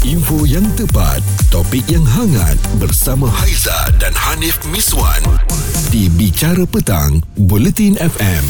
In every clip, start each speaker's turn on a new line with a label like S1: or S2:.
S1: Info yang tepat, topik yang hangat bersama Haiza dan Hanif Miswan di Bicara Petang, Buletin FM.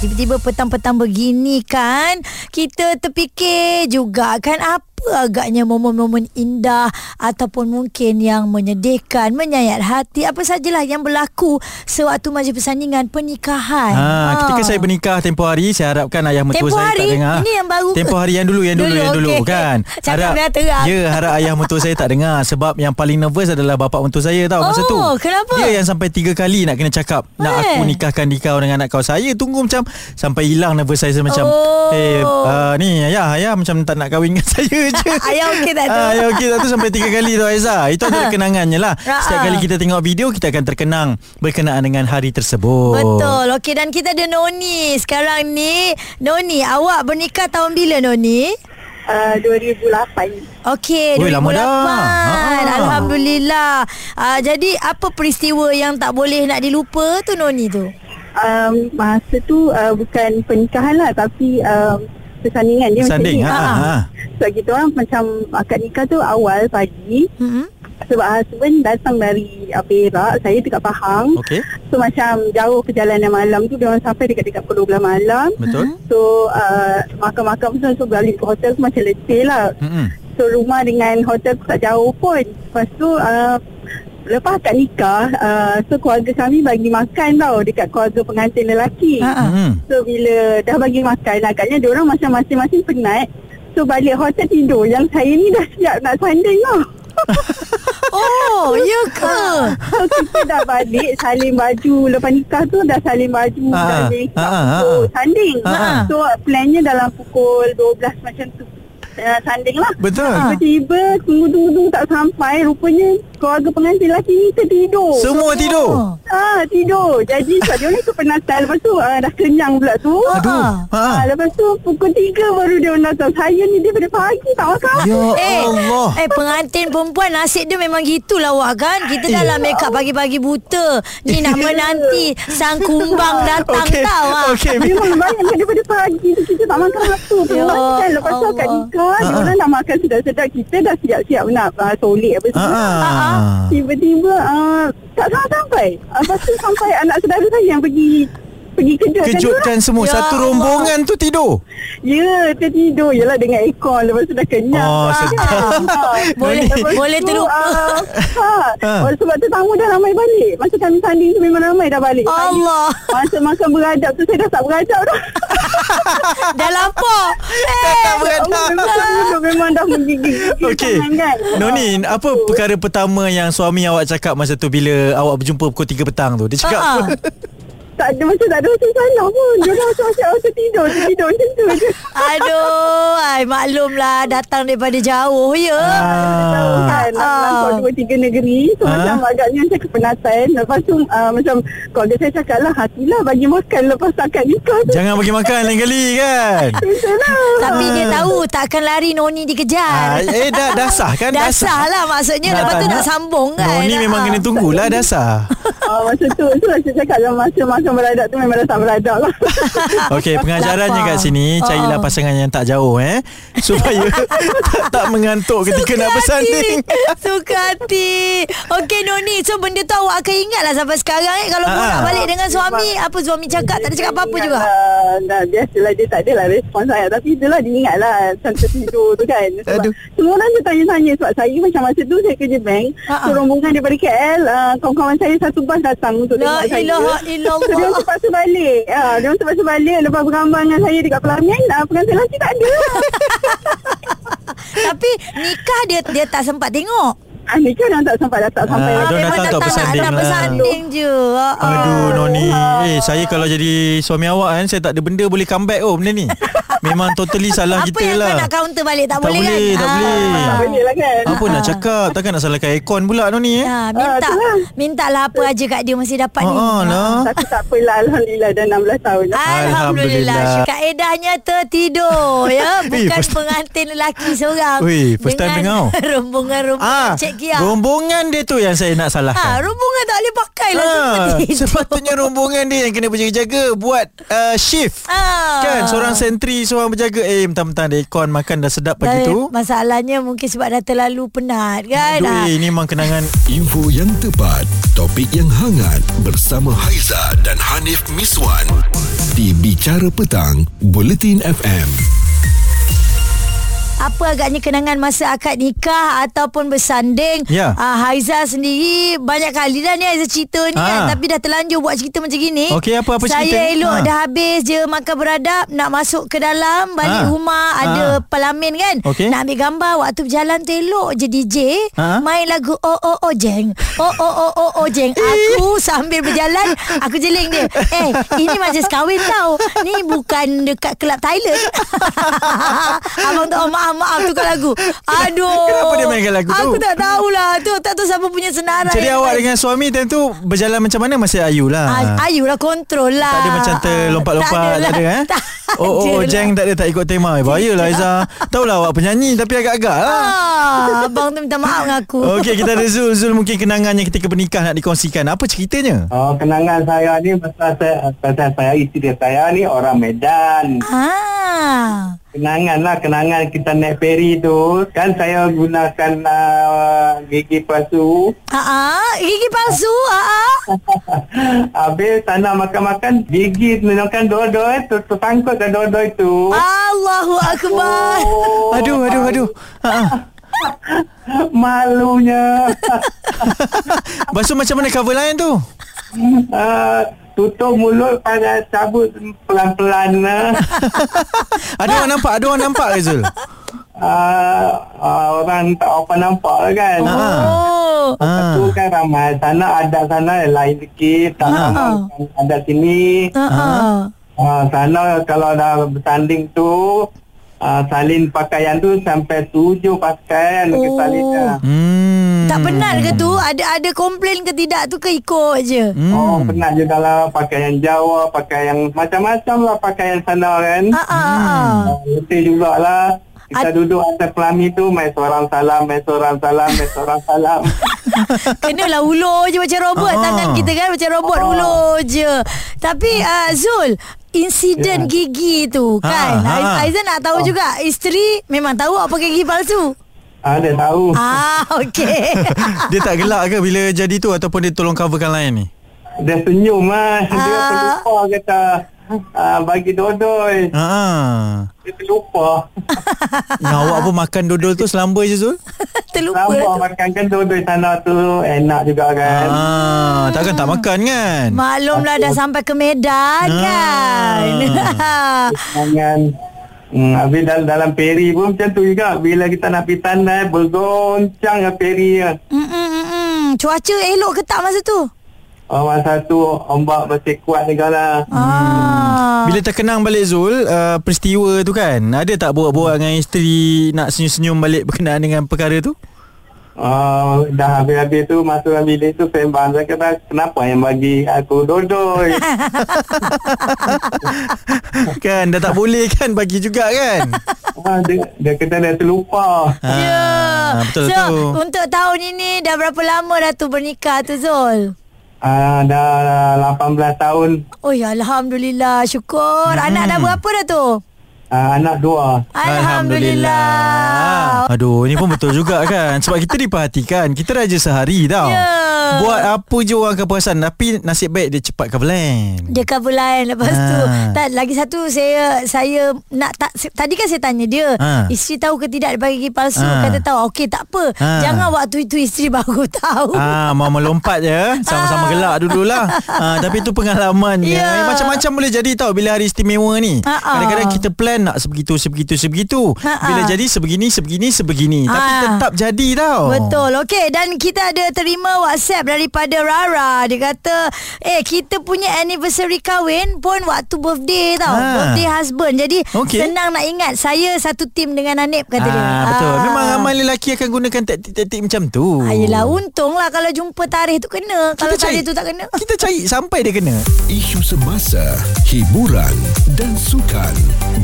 S2: Tiba-tiba petang-petang begini kan Kita terfikir juga kan Apa agaknya momen-momen indah Ataupun mungkin yang menyedihkan Menyayat hati Apa sajalah yang berlaku Sewaktu majlis persandingan pernikahan
S3: Ha, ketika saya bernikah tempoh hari saya harapkan ayah
S2: Ah.
S3: mertua
S2: Tempoh
S3: saya
S2: hari?
S3: tak dengar.
S2: Ini yang baru ke?
S3: Tempoh hari yang dulu yang dulu,
S2: Dulu,
S3: yang dulu
S2: okey.
S3: kan.
S2: Cakap dah terang.
S3: Ya, harap ayah mertua saya tak dengar sebab yang paling nervous adalah bapa mertua saya tau masa
S2: Oh,
S3: tu.
S2: kenapa?
S3: Dia yang sampai tiga kali nak kena cakap, nak
S2: Eh.
S3: aku nikahkan kau dengan anak kau. Saya tunggu macam sampai hilang nervous saya Saya macam
S2: Oh.
S3: eh uh, ni ayah ayah macam tak nak kahwin dengan saya je.
S2: Ayah okey tak tu? Ha.
S3: Ah, ayah okey tak tu sampai tiga kali tu Aiza. Itu adalah kenangannya lah.
S2: Ha-ha.
S3: Setiap kali kita tengok video kita akan terkenang berkenaan dengan hari tersebut.
S2: Betul Okey dan kita ada Noni Sekarang ni Noni awak bernikah tahun bila Noni?
S4: Uh, 2008
S2: Okey,
S3: Oi,
S2: 2008.
S3: lama dah. Ha.
S2: Alhamdulillah. Uh, jadi apa peristiwa yang tak boleh nak dilupa tu Noni tu?
S4: um, Masa tu uh, bukan pernikahan lah Tapi um, persandingan dia
S3: Sanding
S4: macam
S3: ha,
S4: ni Ah,
S3: ha. ha.
S4: Sebab kita orang macam akad nikah tu awal pagi
S2: Hmm.
S4: Sebab husband datang dari uh, Perak Saya dekat Pahang
S3: Okey
S4: So macam jauh perjalanan malam tu Dia orang sampai dekat-dekat pukul 12 malam
S3: Betul
S4: So uh, makan-makan pun So balik ke hotel tu macam letih lah
S3: Mm-mm.
S4: So rumah dengan hotel tu tak jauh pun Lepas tu uh, Lepas akad nikah uh, So keluarga kami bagi makan tau Dekat keluarga pengantin lelaki
S2: Ha.
S3: Mm-mm.
S4: So bila dah bagi makan Agaknya diorang macam masing-masing penat So balik hotel tidur Yang saya ni dah siap nak sanding tau
S2: Oh, ya ke?
S4: So kita dah balik saling baju Lepas nikah tu dah saling baju
S3: Ah,
S4: Dah
S3: ah,
S4: make up
S3: ah, ah,
S4: So
S3: ah.
S4: sanding
S3: Ah, ah.
S4: So plannya dalam pukul 12 macam tu uh, Sanding lah
S3: Betul
S2: Ha.
S4: Tiba-tiba tunggu-tunggu tak sampai Rupanya keluarga pengantin lelaki ni tertidur so,
S3: Semua tidur
S4: Ah tidur Jadi sebab dia orang kepenatan Lepas tu ah, dah kenyang pula tu
S3: Aduh
S4: ah,
S3: ha.
S4: Lepas tu pukul 3 baru dia orang datang Saya ni daripada pagi tak makan
S3: Ya
S2: Eh,
S3: Allah
S2: eh pengantin perempuan nasib dia memang gitulah awak kan. Kita dah lah
S3: Ya.
S2: make up pagi-pagi buta. Ni nak menanti sang kumbang datang
S3: Okey
S2: tau. Ha.
S3: Okey
S4: Memang banyak kan daripada pagi tu Kita tak makan apa
S2: Ya
S4: pun makan Lepas tu kat
S2: Allah.
S4: nikah
S3: Ha,
S4: Dia orang dah makan sedap-sedap Kita dah siap-siap nak uh, solik apa
S3: ha.
S4: semua Ah,
S3: ha.
S4: Tiba-tiba uh, tak sampai Ah, Lepas tu sampai anak saudara saya yang pergi Pergi kerja kan dia
S3: Kejutkan semua
S2: Ya
S3: Satu
S2: Allah.
S3: rombongan tu tidur
S4: Ya, tertidur je lah dengan aircon. Lepas tu dah kenyang.
S3: Oh,
S4: Ah,
S3: sedap.
S4: kan? Ah,
S2: Boleh-
S4: lepas
S2: boleh
S4: tu,
S2: terlupa.
S4: ah,
S3: Ha.
S4: ha. Oh, sebab tu tamu dah ramai balik. Masa kami sanding tu memang ramai dah balik.
S2: Allah.
S4: Saya, masa makan beradab tu, saya dah tak beradab dah.
S2: Dah lapar. Eh,
S3: Tak
S4: Allah,
S3: beradab
S4: memang, terlupa. memang dah menggigit.
S3: Kan? Okey
S4: Tangan kan?
S3: Noni Apa perkara pertama Yang suami awak cakap Masa tu bila Awak berjumpa pukul 3 petang tu Dia cakap
S2: Ha-ha.
S3: apa
S4: Tak ada macam tak ada macam salah pun. Dia dah "Oh, macam macam tertidur, tertidur macam tu je.
S2: Aduh, ai maklumlah datang daripada jauh ya.
S4: tahu
S3: Ah.
S4: kan
S2: Ah.
S4: Lampau dua tiga negeri So
S3: Ah.
S4: macam agaknya saya kepenatan Lepas tu uh, macam Keluarga saya cakap lah Hatilah bagi makan Lepas akad nikah tu lah.
S3: Jangan bagi makan lain kali kan
S4: Itulah
S2: Tapi dia tahu takkan lari Noni
S3: Ah,
S2: dikejar.
S3: Eh dah, dah sah kan
S2: Dah sah lah maksudnya Lepas tu nak sambung kan
S3: Noni memang
S2: Ah.
S3: kena tunggulah Dah sah
S4: uh, Masa tu Tu lah saya cakap lah Masa makan beradab tu Memang dah tak beradab lah
S3: Okey, pengajarannya
S2: Lapar.
S3: kat sini carilah
S2: Oh.
S3: pasangan yang tak jauh eh supaya tak, tak mengantuk ketika nak bersanding.
S2: Suka hati Okey Noni So benda tu awak akan ingat lah Sampai sekarang eh Kalau
S3: Ah.
S2: pulak balik dengan suami Apa suami cakap Tak ada cakap apa-apa
S4: Dia
S2: juga
S4: ingat lah, dah, Biasalah dia tak adalah respon saya Tapi itulah dia ingat lah Macam tertidur tu kan Sebab
S3: Aduh.
S4: Semua orang dia tanya-tanya Sebab saya macam masa tu Saya kerja bank
S2: Ah,
S4: So
S2: ah.
S4: rombongan daripada KL uh, Kawan-kawan saya satu bas datang Untuk
S2: La
S4: tengok saya
S2: ilaha
S4: So dia
S2: illallah
S4: orang terpaksa balik ha, Dia orang terpaksa balik Lepas bergambar dengan saya Dekat pelamin ah, Pengantin lelaki tak ada
S2: Tapi nikah dia dia tak sempat tengok
S4: ah, Ni kan orang tak sempat Datang sampai
S3: Ah,
S4: ah,
S3: dia orang
S2: Memang
S3: datang
S2: datang
S3: tak bersanding
S2: nak
S3: lah.
S2: bersanding je Ah, ah.
S3: Aduh Noni Eh saya kalau jadi suami awak kan Saya tak ada benda boleh comeback oh benda ni Memang totally salah
S2: Apa
S3: kita
S2: yang
S3: lah
S2: kau nak counter balik Tak,
S3: Tak boleh,
S2: kan
S3: tak
S2: Ah.
S3: boleh.
S4: Tak boleh lah kan
S3: Apa nak cakap Takkan nak salahkan aircon pula Noni eh
S2: Ya, minta
S4: Ah, itulah.
S2: mintalah apa aja kat dia mesti dapat ni. Ah,
S3: Haa lah
S4: Tapi tak apalah Alhamdulillah dah 16 tahun
S2: Alhamdulillah
S3: Alhamdulillah.
S2: Kaedahnya tertidur ya
S3: Eh,
S2: Bukan
S3: first-
S2: pengantin lelaki seorang
S3: Ui, first time
S2: Dengan
S3: dengar.
S2: rombongan-rombongan
S3: Ah,
S2: Cik lagi ah.
S3: Rombongan dia tu yang saya nak
S2: Ha,
S3: salahkan.
S2: rombongan tak boleh pakai
S3: Ah.
S2: lah seperti itu.
S3: sepatutnya rombongan dia yang kena berjaga-jaga buat uh, shift.
S2: Ah.
S3: Kan seorang sentri seorang berjaga eh mentang-mentang dia aircon makan dah sedap
S2: Tapi
S3: pagi tu.
S2: Masalahnya mungkin sebab dah terlalu penat kan.
S3: Aduh
S2: Ah,
S3: eh, ini memang kenangan
S1: Info yang tepat, topik yang hangat bersama Haiza dan Hanif Miswan di Bicara Petang, Buletin FM.
S2: Apa agaknya kenangan masa akad nikah ataupun bersanding
S3: Ya.
S2: Ah, Haiza sendiri banyak kali dah ni Haiza cerita ni
S3: Ha.
S2: kan Tapi dah terlanjur buat cerita macam gini
S3: Okey, apa- apa
S2: Saya
S3: cerita ni?
S2: elok
S3: Ha.
S2: dah habis je makan beradab Nak masuk ke dalam balik
S3: Ha.
S2: rumah Ada
S3: Ha.
S2: pelamin kan
S3: Okey.
S2: Nak ambil gambar waktu berjalan tu elok je DJ
S3: Ha.
S2: Main lagu oh oh oh jeng Oh oh oh oh oh jeng Aku sambil berjalan Aku jeling dia Eh ini majlis kahwin tau Ni bukan dekat kelab Thailand Abang tak maaf maaf tukar lagu. Aduh.
S3: Kenapa dia mainkan lagu tu?
S2: Aku tak tahulah. Tu tak tahu siapa punya senarai.
S3: Jadi awak dengan suami time tu berjalan macam mana masih ayu lah.
S2: Ah, ayulah kontrol lah.
S3: tak ada macam terlompat-lompat
S2: Tak
S3: tak ada
S2: lah.
S3: eh.
S2: Tak
S3: oh oh, oh
S2: ada lah.
S3: jeng tak ada tak ikut tema. Eh, Bahaya lah Aiza. Tahulah awak penyanyi tapi agak-agak lah.
S2: Ah, abang tu minta maaf dengan aku.
S3: Okey kita ada Zul Zul mungkin kenangannya ketika bernikah nak dikongsikan Apa ceritanya?
S4: Oh, kenangan saya ni pasal saya, pasal saya isteri saya ni orang Medan.
S2: Ah.
S4: Kenangan lah, kenangan kita naik feri tu. Kan saya gunakan uh, gigi palsu.
S2: Ah, ah, gigi palsu. Ah, ah.
S4: Habis tanah makan-makan, gigi menunjukkan dua-dua tu tersangkut ke dua-dua itu.
S2: Allahu akbar.
S4: Oh,
S3: Ah! Aduh aduh aduh. Ha ah.
S4: malunya.
S3: Lepas tu macam mana cover lain tu?
S4: uh, tutup mulut pada cabut pelan-pelan. eh.
S3: Ada orang nampak, ada orang nampak ke Zul?
S4: Uh, uh, orang tak apa nampak lah kan.
S3: Ah.
S2: Oh.
S4: Ah. Tu
S3: Ah.
S4: kan ramai sana ada sana lain sikit tak
S3: Ah.
S4: ramai ada sini
S2: Ah, ah.
S4: ah, sana kalau dah bertanding tu ah, salin pakaian tu sampai tujuh pakaian oh. ke
S2: Oh.
S4: salinnya
S3: Hmm.
S2: Tak penat ke tu? Ada ada komplain ke tidak tu ke ikut je?
S3: Hmm.
S4: oh penat juga lah pakaian Jawa pakaian macam-macam lah pakaian sana kan
S2: Ah, ah,
S3: Hmm.
S2: ah.
S4: ah. letih jugalah kita
S2: Ad-
S4: duduk atas pelambi tu main seorang salam main seorang salam main seorang salam
S2: Kenalah ulur je macam robot
S3: Ah.
S2: Tangan kita kan macam robot ulur je Tapi uh, Zul Insiden
S3: Ya.
S2: gigi tu
S3: Ha,
S2: kan
S3: ha.
S2: ha. Aizan nak tahu juga Isteri memang tahu apa gigi palsu
S4: ah, dia tahu
S2: Ah okey
S3: Dia tak gelak ke bila jadi tu ataupun dia tolong coverkan lain ni?
S4: dia senyum lah dia
S2: Ah.
S4: pelupa kata ah, bagi dodoi
S3: Ha ah.
S4: Dia terlupa
S3: Yang awak pun makan dodol tu selamba je Zul?
S4: Lama
S2: Terlupa tu.
S4: makan kentut di sana tu Enak juga kan
S3: Ah, takkan tak makan kan?
S2: Maklumlah lah dah sampai ke Medan
S3: Ah.
S2: kan
S4: Dengan Hmm, habis dalam, dalam peri pun macam tu juga Bila kita nak pergi tanah Bergoncang dengan peri ya.
S2: Mm, mm, mm, mm. Cuaca elok ke tak masa tu?
S4: Oh, masa tu ombak masih kuat juga lah
S2: Ah.
S3: Bila terkenang balik Zul uh, Peristiwa tu kan Ada tak borak-borak dengan isteri Nak senyum-senyum balik Berkenaan dengan perkara tu
S4: oh, Dah habis-habis tu Masuk dalam bilik tu Sembang Saya kata Kenapa yang bagi aku dodoi
S3: Kan dah tak boleh kan Bagi juga kan
S4: ah, dia, dia kata dia terlupa
S3: ha,
S2: Ya.
S3: Betul
S2: so,
S3: tu
S2: untuk tahun ini dah berapa lama dah tu bernikah tu Zul?
S4: ah, Dah 18 tahun
S2: Oh ya Alhamdulillah Syukur hmm. Anak dah berapa dah tu?
S4: ah, Anak dua
S2: Alhamdulillah
S3: Aduh ni pun betul juga kan Sebab kita diperhatikan Kita raja sehari tau
S2: Ya.
S3: Buat apa je orang akan perasan Tapi nasib baik dia cepat kavelan
S2: dia cover lain lepas
S3: Ah.
S2: tu tak lagi satu saya saya nak tak se- tadi kan saya tanya dia
S3: Ah.
S2: isteri tahu ke tidak dia bagi gigi palsu
S3: Ah.
S2: kata tahu okey tak apa
S3: Ah.
S2: jangan waktu itu isteri baru tahu
S3: Ah, mau melompat je Sama-sama gelak dululah ah, Tapi tu pengalaman je
S2: Ya. Ah,
S3: yeah. Macam-macam boleh jadi tau Bila hari istimewa ni
S2: Ha-ha.
S3: Kadang-kadang kita plan nak sebegitu Sebegitu Sebegitu
S2: Ha-ha.
S3: Bila jadi sebegini Sebegini Sebegini Tapi
S2: Ah.
S3: tetap jadi tau
S2: Betul. Okey dan kita ada terima WhatsApp daripada Rara. Dia kata, "Eh, kita punya anniversary kahwin pun waktu birthday tau.
S3: Ha.
S2: Birthday husband. Jadi
S3: Okey.
S2: senang nak ingat. Saya satu tim dengan Anip kata dia."
S3: ah, Betul Memang ramai lelaki akan gunakan Taktik-taktik macam tu
S2: Ayolah untunglah kalau jumpa tarikh tu kena. Ah, Kalau tarikh tu tak kena.
S3: Kita cari sampai dia kena
S1: Isu semasa, hiburan dan sukan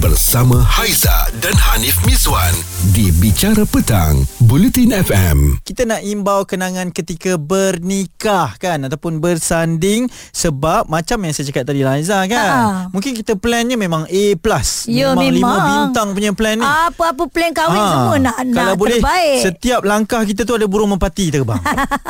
S1: bersama bersama Haiza dan Hanif Miswan di Bicara Petang, Bulletin FM.
S3: kita nak imbau kenangan ketika bernikah kan ataupun bersanding sebab macam yang saya cakap tadi Liza kan
S2: Ah.
S3: mungkin kita plannya memang A plus
S2: Ya,
S3: memang, lima
S2: memang.
S3: bintang punya plan ni
S2: Apa-apa plan kahwin
S3: Ah,
S2: semua nak
S3: Kalau
S2: nak
S3: boleh
S2: terbaik.
S3: Setiap langkah kita tu Ada burung merpati terbang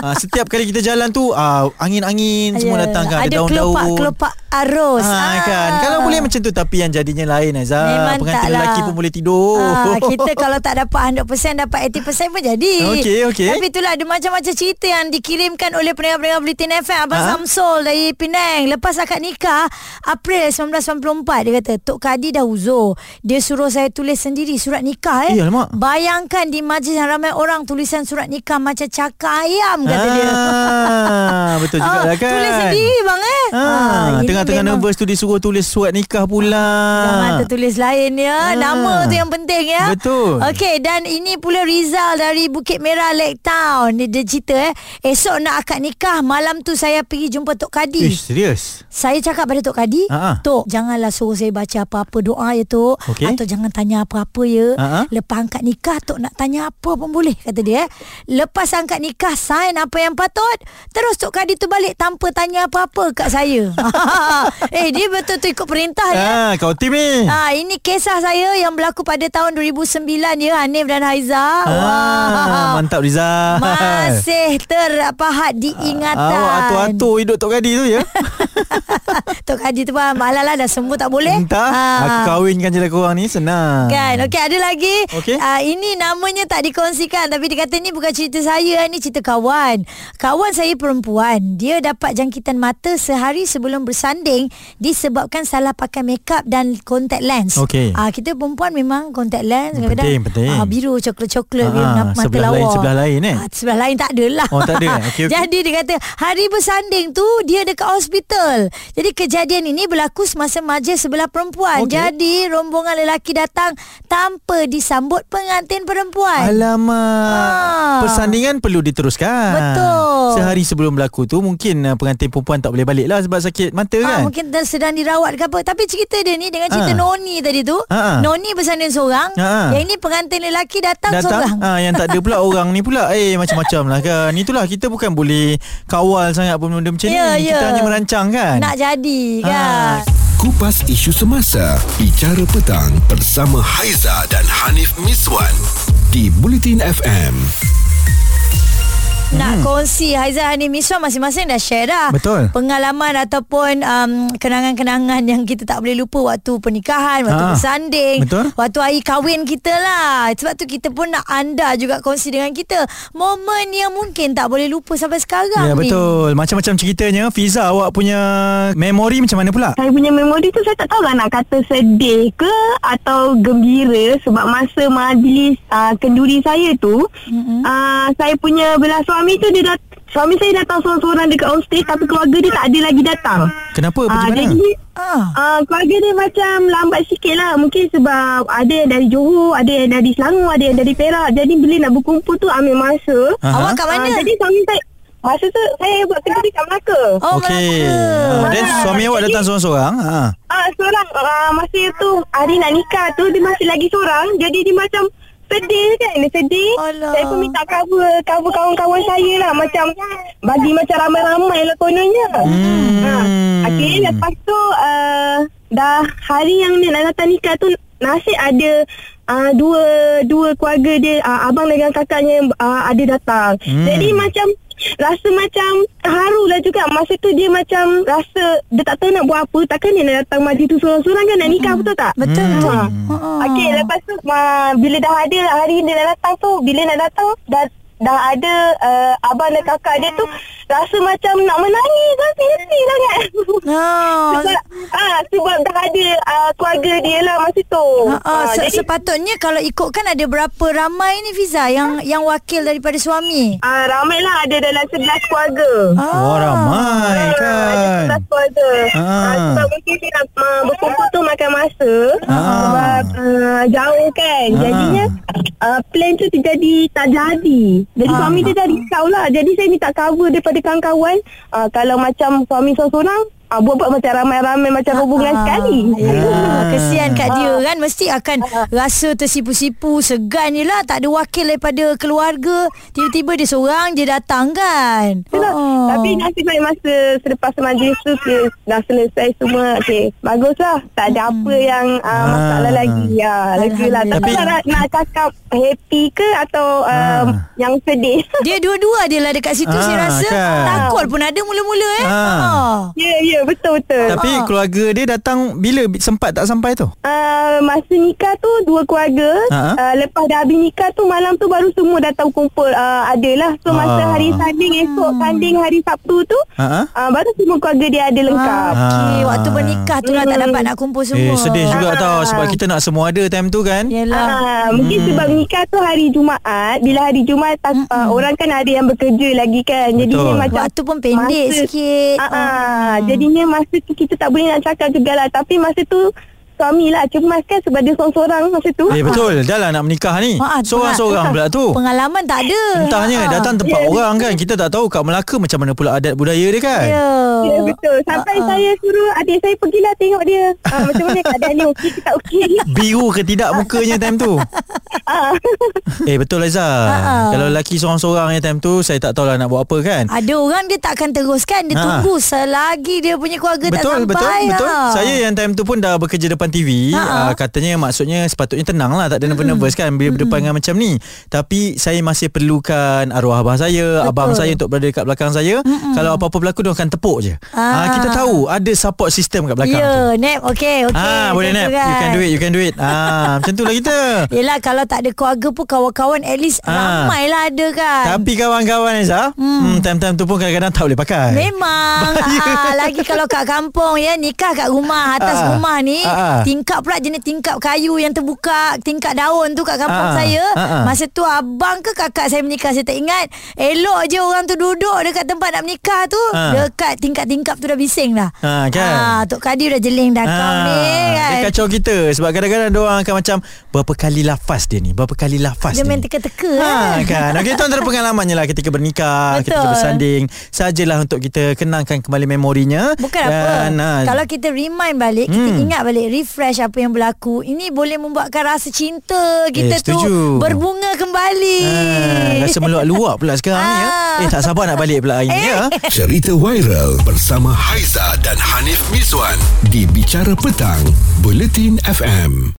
S3: ah, Setiap kali kita jalan tu ah, Angin-angin Semua
S2: Ya,
S3: datang kan
S2: Ada
S3: Ada daun-daun
S2: kelopak-kelopak arus.
S3: Ah, kan. Kalau boleh macam tu Tapi yang jadinya lain Azhar
S2: Memang
S3: Ah, Pengantin
S2: tak lah.
S3: lelaki pun boleh tidur
S2: Ah, kita kalau tak dapat 100% dapat 80% pun jadi.
S3: Okey, okey.
S2: Tapi itulah ada macam-macam cerita yang dikirimkan oleh pendengar-pendengar Bulletin FM Abang
S3: Ha?
S2: Samsul dari Penang. Lepas akad nikah April 1994 dia kata Tok Kadi dah uzur. Dia suruh saya tulis sendiri surat nikah eh.
S3: Eh, alamak.
S2: Bayangkan di majlis yang ramai orang tulisan surat nikah macam cakar ayam kata dia.
S3: ah, Betul juga lah kan
S2: Tulis sendiri bang eh.
S3: Ah,
S2: ini
S3: tengah-tengah
S2: memang-
S3: nervous tu disuruh tulis surat nikah pula.
S2: Jangan tertulis lain ya
S3: Ah.
S2: Nama tu yang penting ya
S3: Betul.
S2: Okey dan ini pula Rizal dari Bukit Merah Lake Town Dia, dia cerita eh Esok nak akad nikah Malam tu saya pergi jumpa Tok Kadi
S3: Ish, Eh, serius?
S2: Saya cakap pada Tok Kadi
S3: Ah, ah.
S2: Tok janganlah suruh saya baca apa-apa doa ya Tok
S3: Okey.
S2: Atau jangan tanya apa-apa ya
S3: Ah, ah.
S2: Lepas angkat nikah Tok nak tanya apa pun boleh Kata dia eh. Lepas angkat nikah Sign apa yang patut Terus Tok Kadi tu balik Tanpa tanya apa-apa kat saya Eh dia betul tu ikut perintah ya
S3: Ah, kau tim ni.
S2: Ah, ini kisah saya yang berlaku pada tahun 2009 ya Hanif dan Haiza.
S3: Ah,
S2: Wah.
S3: mantap Rizal.
S2: Masih terpahat diingatan.
S3: Awak atur-atur hidup Tok Kadi tu ya.
S2: Tok Hadi tu pun malah lah dah sembuh tak boleh.
S3: Entah.
S2: Ah.
S3: Aku kahwinkan je lah korang ni senang.
S2: Kan Okey ada lagi
S3: Okey.
S2: Ah, Ini namanya tak dikongsikan Tapi dia kata ni bukan cerita saya ah, Ni cerita kawan Kawan saya perempuan Dia dapat jangkitan mata Sehari sebelum bersanding Disebabkan salah pakai makeup Dan contact lens
S3: Okey.
S2: Ah Kita perempuan memang contact lens kadang-kadang,
S3: Penting, penting.
S2: ah, Biru coklat-coklat
S3: Ah,
S2: biru, nak- Mata
S3: sebelah
S2: lawa
S3: lain, sebelah lain, eh?
S2: Ah, Sebelah lain tak adalah
S3: Oh, tak ada, eh? Okey, okey.
S2: Jadi dia kata Hari bersanding tu Dia dekat hospital Jadi kejadian ini berlaku Semasa majlis sebelah perempuan
S3: Okey.
S2: Jadi jadi rombongan lelaki datang tanpa disambut pengantin perempuan.
S3: Alamak
S2: Ah.
S3: Persandingan perlu diteruskan
S2: Betul.
S3: Sehari sebelum berlaku tu Mungkin ah, pengantin perempuan tak boleh balik lah Sebab sakit mata
S2: Ah,
S3: kan
S2: mungkin dah sedang dirawat ke apa Tapi cerita dia ni Dengan cerita
S3: Ah.
S2: Noni tadi tu
S3: Ah, ah.
S2: Noni bersanding seorang
S3: Ah, ah.
S2: Yang ini pengantin lelaki datang, seorang
S3: datang ha, yang tak ada pula orang ni pula eh macam-macam lah kan itulah kita bukan boleh kawal sangat benda-benda macam
S2: Ya,
S3: ni kita
S2: ya.
S3: hanya merancang kan
S2: Nak jadi
S3: Ah.
S2: kan
S1: Kupas isu semasa Bicara Petang bersama Haiza dan Hanif Miswan di Bulletin FM.
S2: Nak kongsi Haizah Hanim Miswan masing-masing dah share dah
S3: Hmm. Betul.
S2: Pengalaman ataupun um, Kenangan-kenangan yang kita tak boleh lupa Waktu pernikahan Waktu
S3: Ah,
S2: bersanding
S3: betul.
S2: Waktu hari kahwin kita lah Sebab tu kita pun nak anda juga kongsi dengan kita Momen yang mungkin tak boleh lupa sampai sekarang
S3: Ya
S2: ni
S3: betul Macam-macam ceritanya Fiza awak punya Memori macam mana pula
S5: Saya punya memori tu saya tak tahulah nak kata sedih ke atau gembira sebab masa majlis uh, kenduri saya tu mm-hmm. uh, saya punya belah suami tu dia dah suami saya datang seorang-seorang dekat homestay tapi keluarga dia tak ada lagi datang.
S3: Kenapa
S5: Ah,
S3: macam mana
S5: jadi
S2: Ah.
S5: uh, keluarga dia macam lambat sikit lah Mungkin sebab ada yang dari Johor, ada yang dari Selangor, ada yang dari Perak Jadi bila nak berkumpul tu ambil masa
S3: Ah,
S2: Awak kat mana?
S5: Ah, Jadi suami saya, masa tu saya buat kerja dekat Melaka
S2: Oh
S3: Okey
S2: Melaka
S3: Ah, Dan
S5: Ah,
S3: suami awak
S5: jadi-
S3: datang seorang-seorang ha.
S5: Ah, seorang ah, masa tu hari nak nikah tu dia masih lagi seorang. Jadi dia macam sedih kan. Dia sedih.
S2: Alah.
S5: Saya pun minta cover, cover kawan-kawan saya lah. Macam bagi macam ramai-ramai lah kononnya.
S3: Hmm.
S5: Ha. Akhirnya lepas tu uh, dah hari yang dia nak datang nikah tu nasib ada uh, dua dua keluarga dia uh, abang dengan kakaknya uh, ada datang.
S3: Hmm.
S5: Jadi macam Rasa macam terharu lah juga Masa tu dia macam Rasa Dia tak tahu nak buat apa Takkan dia nak datang maju tu Sorang-sorang kan nak nikah betul tak
S2: Betul
S5: Hmm.
S2: betul.
S5: Ha.
S2: Ah.
S5: Okey lepas tu uh, Bila dah ada hari dia nak datang tu Bila nak datang Dah dah ada uh, Abang dan kakak dia tu Rasa macam nak menangis Rasa-rasa sangat
S2: Ah.
S5: sebab, ah, sebab dah ada uh, keluarga dia lah masa tu
S2: Ha, ah,
S5: Ah,
S2: se- sepatutnya kalau ikutkan ada berapa ramai ni Fiza yang yang wakil daripada suami?
S5: Ah, ramai lah ada dalam 11 keluarga.
S2: Ah.
S5: Ah,
S3: Wah ramai
S5: Ada
S3: Ah, kan
S5: sebelas keluarga.
S3: Ah.
S5: Ah. sebab mungkin dia nak uh, berkumpul tu makan masa.
S3: Ah.
S5: Sebab uh, jauh kan.
S3: Ah.
S5: Jadinya uh, plan tu terjadi tak jadi. Jadi
S2: Ah.
S5: suami dia dah risau lah. Jadi saya minta cover daripada kawan-kawan. Uh, kalau Ah, macam suami seorang uh, buat-buat macam ramai-ramai macam hubungan
S2: Ah,
S5: sekali.
S3: Ya, Ah.
S5: Ah.
S2: yalah. Kesian kat dia kan Mesti akan Rasa tersipu-sipu Segan je lah Tak ada wakil daripada keluarga Tiba-tiba dia seorang Je datang kan
S5: Itulah.
S3: Ah,
S2: Oh.
S5: Tapi nasib baik masa selepas majlis tu okay, dah selesai semua. Okey, baguslah. Tak ada apa yang uh, masalah
S3: Ah.
S5: lagi. Ya, lega lah. Tak
S3: Alhamdulillah.
S5: tahu nak, nak cakap happy ke atau um,
S3: Ah.
S5: yang sedih.
S2: Dia dua-dua adalah dekat situ
S3: Ah,
S2: Saya rasa
S3: kan.
S2: Takut pun ada mula-mula eh
S3: Ah.
S2: Ah.
S5: ya, ya, betul-betul.
S3: Tapi
S2: Ah.
S3: keluarga dia datang bila Bi- sempat tak sampai tu?
S5: Uh, masa nikah tu dua keluarga
S3: Ha?
S5: uh, lepas dah habis nikah tu malam tu baru semua datang kumpul uh, adalah so masa
S3: Ah.
S5: hari Sabtu esok tanding hari Sabtu tu
S3: Ha?
S5: uh, baru semua keluarga dia ada lengkap
S2: Ah, okay.
S3: Ah.
S2: Waktu bernikah tu lah tak dapat nak kumpul semua. Ya.
S3: Eh sedih juga
S5: Ah.
S3: tau sebab kita nak semua ada time tu kan.
S2: Yalah.
S5: Ah, mungkin hmm. sebab nikah tu hari Jumaat Bila hari Jumaat tak, uh, Orang kan ada yang bekerja lagi kan Jadinya
S3: Betul.
S5: macam
S2: Hmm. Waktu pun pendek
S5: masa-
S2: sikit. Hmm.
S5: Ah, ah, Jadinya masa tu kita tak boleh nak cakap juga lah Tapi masa tu Suami lah cemas kan sebab dia seorang-seorang masa tu
S3: Eh betul Dah lah nak menikah ni
S2: Ah, ah,
S3: Seorang-seorang pula tu
S2: Pengalaman tak ada. Ah,
S3: Entahnya datang tempat
S5: Ya.
S3: orang kan Kita tak tahu kat Melaka macam mana pula adat budaya dia kan
S2: Ya.
S5: Ya betul
S2: Ah,
S5: Sampai
S2: ah.
S5: saya suruh adik saya pergilah tengok dia ah, Macam mana keadaan dia okey ke tak okey
S3: Biru ke tidak mukanya time tu
S5: ah.
S3: Eh betul Aiza
S2: ah.
S3: Kalau lelaki seorang-seorang yang time tu Saya tak tahulah nak buat apa kan
S2: Ada orang dia takkan teruskan Dia
S3: Ah.
S2: tunggu selagi dia punya keluarga tak
S3: Betul
S2: sampai
S3: betul betul.
S2: ah.
S3: Saya yang time tu pun dah bekerja depan TV.
S2: Ha-ha.
S3: Uh, katanya maksudnya sepatutnya tenang lah tak ada nervous kan bila berdepan dengan macam ni. Tapi saya masih perlukan arwah abah saya,
S2: Betul.
S3: abang saya untuk berada dekat belakang saya. Kalau apa-apa berlaku dia akan tepuk je. Ah
S2: Ah.
S3: kita tahu ada support system kat
S2: Ya
S3: belakang tu.
S2: Nap okay, okay
S3: Ah boleh
S2: Macam
S3: nap.
S2: tu
S3: You can do it, you can do it. Ah macam tu lah kita.
S2: kan? Yelah kalau tak ada keluarga pun Kawan-kawan at least
S3: Ah.
S2: Ramai lah ada kan
S3: Tapi kawan-kawan Aiza, hmm. time-time tu pun kadang-kadang tak boleh pakai.
S2: Memang ah, Lagi kalau kat kampung ya Nikah kat rumah Atas
S3: Ah,
S2: rumah ni
S3: ah, ah.
S2: Tingkap pula jenis tingkap kayu Yang terbuka Tingkap daun tu kat kampung
S3: Ah,
S2: saya
S3: ah, ah.
S2: Masa tu abang ke kakak saya menikah Saya tak ingat Elok je orang tu duduk Dekat tempat nak menikah tu
S3: Ah.
S2: Dekat tingkap-tingkap tu dah bising dah
S3: Ah, kan?
S2: ah, Tok Kadir dah jeling dah kau ni kan
S3: Ah, Dia kacau kita Sebab kadang-kadang dia orang akan macam Berapa kali lafaz dia ni Berapa kali lafaz
S2: Dia
S3: dia,
S2: main
S3: ni
S2: teka-teka
S3: Ha,
S2: eh.
S3: kan Okey itu antara pengalamannya lah Ketika bernikah
S2: Betul.
S3: Ketika bersanding Sajalah untuk kita Kenangkan kembali memorinya
S2: Bukan apa
S3: ah,
S2: Kalau kita remind balik Kita
S3: Hmm.
S2: ingat balik Refresh apa yang berlaku Ini boleh membuatkan rasa cinta Kita tu
S3: Eh, setuju.
S2: Berbunga kembali
S3: ah, Rasa meluap-luap pula sekarang ni ya
S2: Ah. Eh,
S3: Eh tak sabar nak balik pula hari ni ya
S1: Cerita viral bersama Haiza dan Hanif Miswan di Bicara Petang, Buletin FM.